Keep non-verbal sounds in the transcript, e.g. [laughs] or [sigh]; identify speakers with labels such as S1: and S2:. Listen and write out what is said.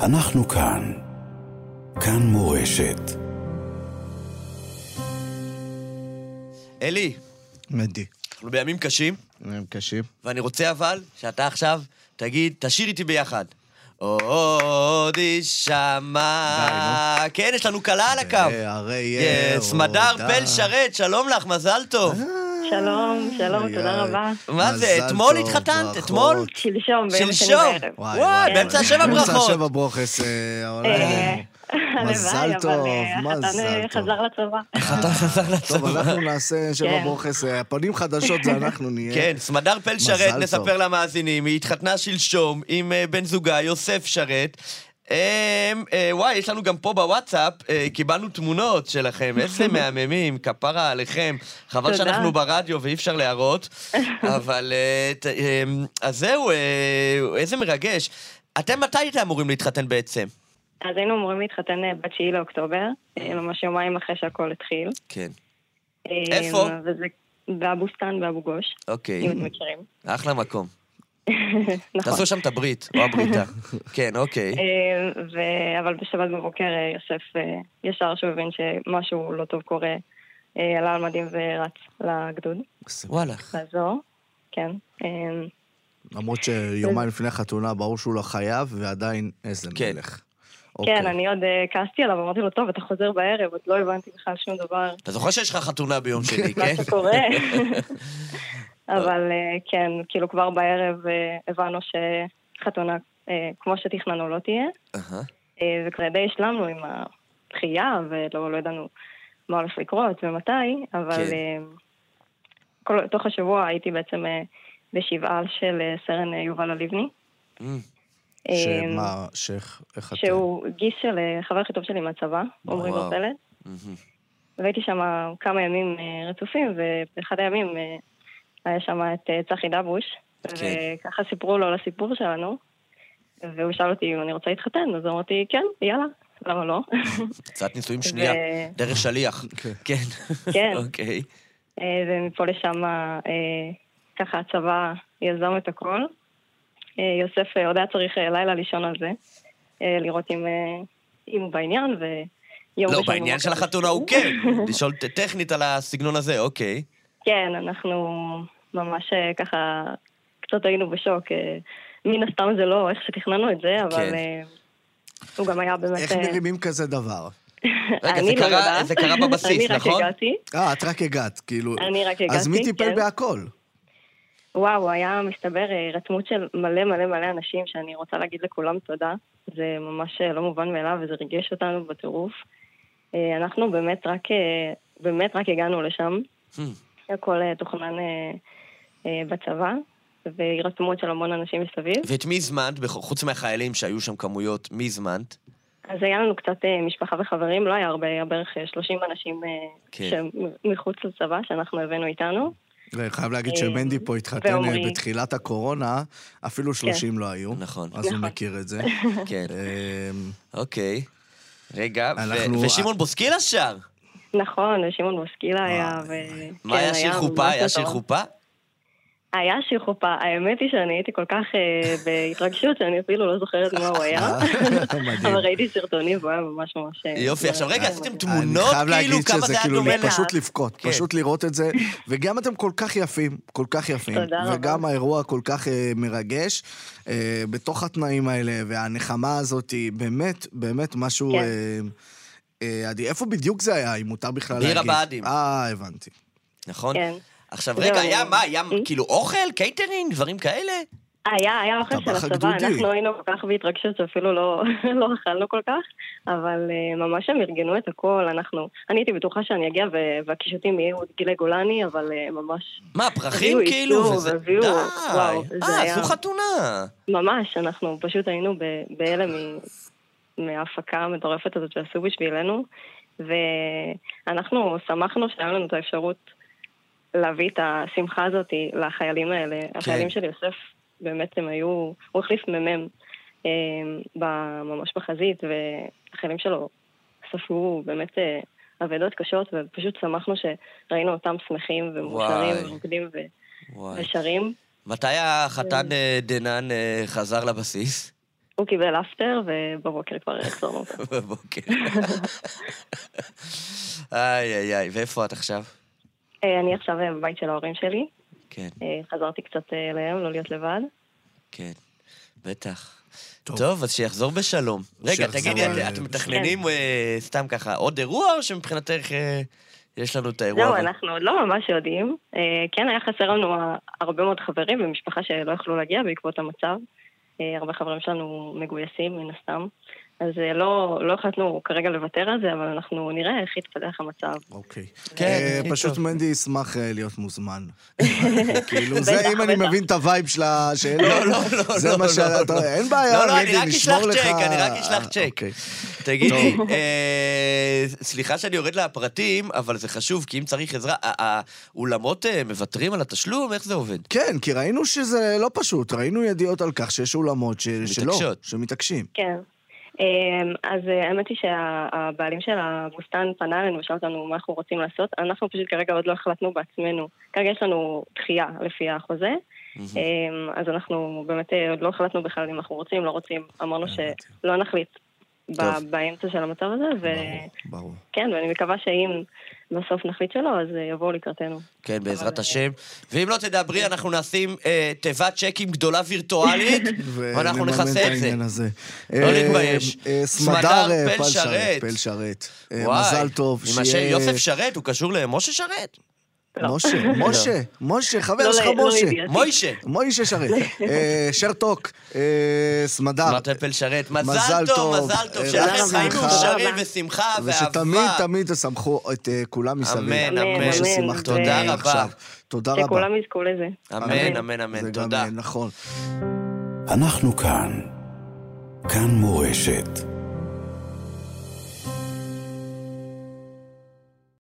S1: אנחנו כאן. כאן מורשת.
S2: אלי,
S3: מדי.
S2: אנחנו בימים קשים,
S3: הם קשים.
S2: ואני רוצה אבל שאתה עכשיו תגיד, תשיר איתי ביחד. עוד יישמע.
S3: די, אה,
S2: כן, יש לנו כלה על הקו.
S3: הרי יהיה...
S2: יס, מדר
S3: הורדה.
S2: פל שרת, שלום לך, מזל טוב.
S4: שלום, שלום,
S3: יאי.
S4: תודה רבה.
S2: מה זה,
S3: אה, מזל
S2: אתמול
S3: טוב,
S2: התחתנת?
S3: ברכות.
S2: אתמול?
S4: שלשום, ביום שני
S2: שלשום.
S4: בערב.
S2: וואי, באמצע השבע ברכות.
S3: באמצע השבע ברוכס, אה,
S4: אה,
S3: העולם. מזל
S4: הלוואי, אבל,
S3: טוב,
S4: אה,
S3: מזל
S4: החתן,
S3: טוב.
S4: אה, חזר לצבא.
S2: חתן חזר
S3: טוב,
S2: לצבא.
S3: אנחנו נעשה שבע
S4: כן.
S3: ברוכס, אה, הפנים חדשות זה
S2: [laughs]
S3: אנחנו נהיה.
S2: כן, סמדר פל
S3: מזל
S2: שרת,
S3: טוב.
S2: נספר למאזינים, היא התחתנה שלשום עם אה, בן זוגה, יוסף שרת. אמ, אה, וואי, יש לנו גם פה בוואטסאפ, אה, קיבלנו תמונות [laughs] שלכם, איזה מהממים, כפרה עליכם. חבל
S4: תודה.
S2: שאנחנו ברדיו ואי אפשר
S4: [laughs]
S2: להראות, אבל... אה, ת- אמ, אז זהו, אה, איזה מרגש. אתם מתי הייתם אמורים להתחתן בעצם?
S4: אז היינו אמורים להתחתן אה, ב-9 לאוקטובר, אה, ממש יומיים אחרי שהכל התחיל.
S2: כן.
S4: אה,
S2: איפה?
S4: וזה באבוסתן, באבו גוש,
S2: אוקיי,
S4: אם אתם מכירים.
S2: אחלה מקום.
S4: נכון.
S2: תעשו שם את הברית, או [laughs] הבריתה. כן, אוקיי.
S4: אה, ו- אבל בשבת בבוקר אה, יוסף אה, ישר שהוא הבין שמשהו לא טוב קורה, אה, עלה על מדים ורץ לגדוד
S2: וואלה.
S4: לעזור, כן. אה,
S3: למרות שיומיים לפני החתונה, ברור שהוא לא חייב, ועדיין איזה
S2: כן.
S3: מלך.
S4: כן,
S3: אוקיי.
S4: אני עוד אה, כעסתי עליו, אמרתי לו, טוב, אתה חוזר בערב, עוד לא הבנתי בכלל שום דבר,
S2: אתה זוכר שיש לך חתונה ביום שני,
S4: מה
S2: כן? [laughs]
S4: [laughs] שקורה. אבל אה, כן, כאילו כבר בערב אה, הבנו שחתונה אה, כמו שתכננו לא תהיה,
S2: אהה.
S4: אה, וכבר די השלמנו עם הדחייה, ולא לא ידענו מה הולך לקרות ומתי, אבל
S2: כן.
S4: אה, כל- תוך השבוע הייתי בעצם אה, בשבעה של אה, סרן אה, יובל הלבני.
S2: אמ,
S4: אה,
S3: שמה, שאיך, איך אתם?
S4: שהוא גיס של אה, חבר הכי טוב שלי מהצבא, עמרי
S2: וואו.
S4: גרפלד.
S2: אמ.
S4: והייתי שם כמה ימים אה, רצופים, ובאחד הימים אה, היה שם את אה, צחי דבוש,
S2: כן.
S4: וככה סיפרו לו על הסיפור שלנו, והוא שאל אותי אם אני רוצה להתחתן, אז אמרתי, כן, יאללה, למה לא?
S2: הצעת נישואים שנייה,
S4: ו-
S2: דרך שליח.
S3: כן.
S2: כן.
S4: כן.
S2: [laughs] אוקיי.
S4: אה, ומפה לשם אה, ככה הצבא יזם את הכל. אה, יוסף אה, עוד היה צריך אה, לילה לישון על זה, אה, לראות אם אה, אם הוא בעניין, ויום
S2: לא,
S4: ראשון
S2: בעניין
S4: בבוקר
S2: של החתונה הוא
S4: התחתנו.
S2: כן.
S4: [laughs]
S2: לשאול ט- טכנית על הסגנון הזה, אוקיי.
S4: כן, אנחנו ממש אה, ככה קצת היינו בשוק. אה, מן הסתם זה לא איך שתכננו את זה, אבל
S2: כן.
S4: אה, הוא גם היה באמת...
S3: איך
S4: אה,
S3: מרימים כזה דבר?
S2: רגע,
S4: אני
S2: זה
S4: לא
S2: קרה-
S4: יודעת.
S2: זה קרה בבסיס, נכון?
S4: [laughs] אני רק הגעתי.
S3: אה, את רק הגעת, כאילו...
S4: אני רק
S3: אז
S4: הגעתי,
S3: מי טיפל
S4: כן.
S3: בהכל?
S4: וואו, היה מסתבר אה, הירתמות של מלא מלא מלא אנשים שאני רוצה להגיד לכולם תודה. זה ממש אה, לא מובן מאליו וזה ריגש אותנו בטירוף. אה, אנחנו באמת רק, אה, באמת רק הגענו לשם.
S2: אמ,
S4: הכל אה, תוכנן אה, אה, בצבא, והירתמות של המון אנשים מסביב.
S2: ואת מי הזמנת, בח- חוץ מהחיילים שהיו שם כמויות, מי הזמנת?
S4: אז היה לנו קצת אה, משפחה וחברים, לא היה הרבה, היה בערך אה, 30 אנשים אה,
S2: כן.
S4: שמחוץ לצבא שאנחנו הבאנו איתנו.
S3: אני חייב להגיד
S4: אה,
S3: שמנדי פה התחתן אה,
S4: ועומרי.
S3: בתחילת הקורונה, אפילו 30 לא היו.
S2: נכון.
S3: אז הוא
S4: כן. נכון.
S3: מכיר
S4: [laughs]
S3: את זה.
S2: כן,
S3: אה,
S2: אוקיי. רגע, ו-
S3: אנחנו-
S2: ושמעון בוסקילה שר.
S4: נכון, ושמעון בוסקילה היה, ו...
S2: מה,
S4: כן,
S2: היה שיר חופה?
S4: ממש
S2: היה שיר
S4: טוב.
S2: חופה?
S4: היה שיר חופה. האמת היא שאני הייתי כל כך
S2: [laughs]
S4: אה, בהתרגשות שאני אפילו לא זוכרת מה הוא היה.
S3: מדהים.
S4: אבל ראיתי סרטונים והוא היה ממש ממש... אה,
S2: יופי, עכשיו רגע,
S4: ממש
S2: עשיתם
S4: מדהים.
S2: תמונות,
S3: אני חייב
S2: כאילו,
S3: להגיד
S2: כמה
S3: שזה
S2: זה היה
S3: כאילו
S2: דומה
S4: ל-
S3: פשוט לבכות,
S2: כן.
S3: פשוט
S2: [laughs]
S3: לראות את זה. וגם אתם כל כך יפים, כל כך יפים.
S4: תודה רבה.
S3: וגם האירוע כל כך אה, מרגש, אה, בתוך התנאים האלה, והנחמה הזאת, היא באמת, באמת משהו...
S4: כן.
S3: אה, אה, עדי, איפה בדיוק זה היה, אם מותר בכלל
S2: בעיר
S3: להגיד?
S2: הבה"דים.
S3: אה, הבנתי.
S2: נכון?
S4: כן.
S2: עכשיו,
S4: זהו,
S2: רגע,
S4: אני-
S2: היה מה? היה
S4: Mm?
S2: כאילו אוכל? קייטרינג? דברים כאלה?
S4: היה, היה אוכל של
S3: טבח
S4: הצבא,
S3: הגדודי.
S4: אנחנו היינו כל כך בהתרגשות שאפילו לא, [laughs] לא אכלנו כל כך, אבל אה, ממש הם ארגנו את הכל, אנחנו, אני הייתי בטוחה שאני אגיע ו- והקישוטים יהיו עוד גילי גולני, אבל אה, ממש,
S2: מה, פרחים
S4: הביאו
S2: כאילו?
S4: עיצוב,
S2: וזה-
S4: הביאו-
S2: די.
S4: וואו, זה
S2: אה,
S4: היה-
S2: עשו חתונה.
S4: ממש, אנחנו פשוט היינו ב- בהלם מ- מההפקה המטורפת הזאת שעשו בשבילנו, ואנחנו שמחנו שהיה לנו את האפשרות להביא את השמחה הזאת לחיילים האלה. כן. החיילים של יוסף, באמת הם היו, הוא החליף מ"מ אה, ב- ממש בחזית, והחיילים שלו ספגו באמת אה, אבדות קשות, ופשוט שמחנו שראינו אותם שמחים ומאושרים
S2: וואי.
S4: ורוקדים ו-
S2: וואי.
S4: ושרים.
S2: מתי החתן אה, דנן אה, חזר לבסיס? [laughs]
S4: הוא קיבל אפטר, ובבוקר כבר החזרנו אותו.
S2: בבוקר. [laughs] איי, איי, איי, ואיפה את עכשיו?
S4: אה, אני עכשיו אה, בבית של ההורים שלי.
S2: כן,
S4: אה, חזרתי קצת אה, אליהם, לא להיות לבד.
S2: כן, בטח.
S3: טוב.
S2: טוב, אז שיחזור בשלום. רגע,
S3: שיחזור,
S2: תגידי,
S3: אה,
S2: את- אתם מתכננים אה, סתם ככה עוד אירוע, או שמבחינתך אה, יש לנו את האירוע?
S4: זהו,
S2: הבא?
S4: אנחנו עוד לא ממש יודעים. אה, כן, היה חסר לנו אה, הרבה מאוד חברים ומשפחה שלא יכלו להגיע בעקבות המצב. אה, הרבה חברים שלנו מגויסים, מן הסתם. אז אה, לא, לא החלטנו כרגע לוותר על זה, אבל אנחנו נראה איך יתפתח המצב.
S3: אוקיי.
S2: כן,
S3: אה,
S2: הכי
S3: פשוט
S2: טוב.
S3: מנדי ישמח אה,
S2: [laughs]
S3: להיות מוזמן. כאילו, זה
S4: בטח,
S3: אם אני
S4: בטח.
S3: מבין את הווייב של השאלות.
S2: לא, לא, לא,
S3: זה
S2: לא,
S3: מה
S2: לא,
S3: ש...
S2: לא,
S3: אתה-
S2: לא.
S3: אין בעיה,
S2: לא, לא, אני
S3: מנדי,
S2: רק
S3: נשמור
S2: אשלח
S3: לך-
S2: צ'ק, אני רק אשלח
S3: אה,
S2: צ'ק.
S3: אוקיי.
S2: תגידי, אה, סליחה שאני יורד לפרטים, אבל זה חשוב, כי אם צריך עזרה, ה- האולמות אה, מוותרים על התשלום? איך זה עובד?
S3: כן, כי ראינו שזה לא פשוט, ראינו ידיעות על כך שיש אולמות ש- שלא,
S2: מתעקשות.
S3: שמתעקשים.
S4: כן. אמ, אז אה, האמת היא שהבעלים של הבוסטן פנה אלינו ושאל אותנו מה אנחנו רוצים לעשות. אנחנו פשוט כרגע עוד לא החלטנו בעצמנו. כרגע יש לנו דחייה לפי החוזה,
S3: אה,
S4: אמ, אז אנחנו באמת אה, עוד לא החלטנו בכלל אם אנחנו רוצים, לא רוצים.
S3: אה,
S4: אמרנו שלא נחליט ב-
S2: טוב.
S4: באמצע של המצב הזה,
S3: ברור,
S4: וכן,
S3: ברור.
S4: ואני מקווה שאם בסוף נחליט שלא, אז אה, יבואו לקראתנו.
S2: כן, בעזרת
S3: אה,
S4: אבל-
S2: השם. ואם לא
S3: כן.
S2: תדברי, אנחנו נשים אה, תיבת צ'קים גדולה
S3: [laughs]
S2: וירטואלית, ואנחנו
S3: ונממן
S2: נכסה את זה.
S3: העניין הזה.
S2: לא
S3: אה,
S2: להתבייש.
S3: אה,
S2: סמדר
S3: סמדר אה,
S2: פל
S3: פל
S2: שרת.
S3: שרת. פל שרת. אה,
S2: וואי,
S3: מזל טוב.
S2: עם השם יוסף שרת, הוא קשור למשה שרת?
S4: לא.
S3: משה, משה, משה, חבר
S4: לא,
S3: שלך
S4: לא, לא
S3: משה.
S4: ידיעתי.
S2: מוישה.
S3: מוישה שרת. אה, שרתוק, אה, סמדר.
S2: אמרת פל שרת. מזל
S3: מזל
S2: טוב,
S3: טוב.
S2: מזל טוב,
S3: אה,
S2: שלכם
S4: רב
S2: חיים
S4: שמחה.
S2: מאושרים
S4: תודה רבה.
S2: ושמחה ואהבה.
S3: ושתמיד תמיד תשמחו את אה, כולם מסביב.
S2: אמן,
S4: אמן,
S3: כמו
S4: אמן.
S3: ששימחתם
S2: תודה
S3: אותנו
S2: רבה.
S3: עכשיו. תודה רבה.
S4: שכולם יזכו לזה.
S2: אמן, אמן, אמן,
S3: זה גם,
S2: תודה.
S3: אה, נכון.
S1: אנחנו כאן. כאן מורשת.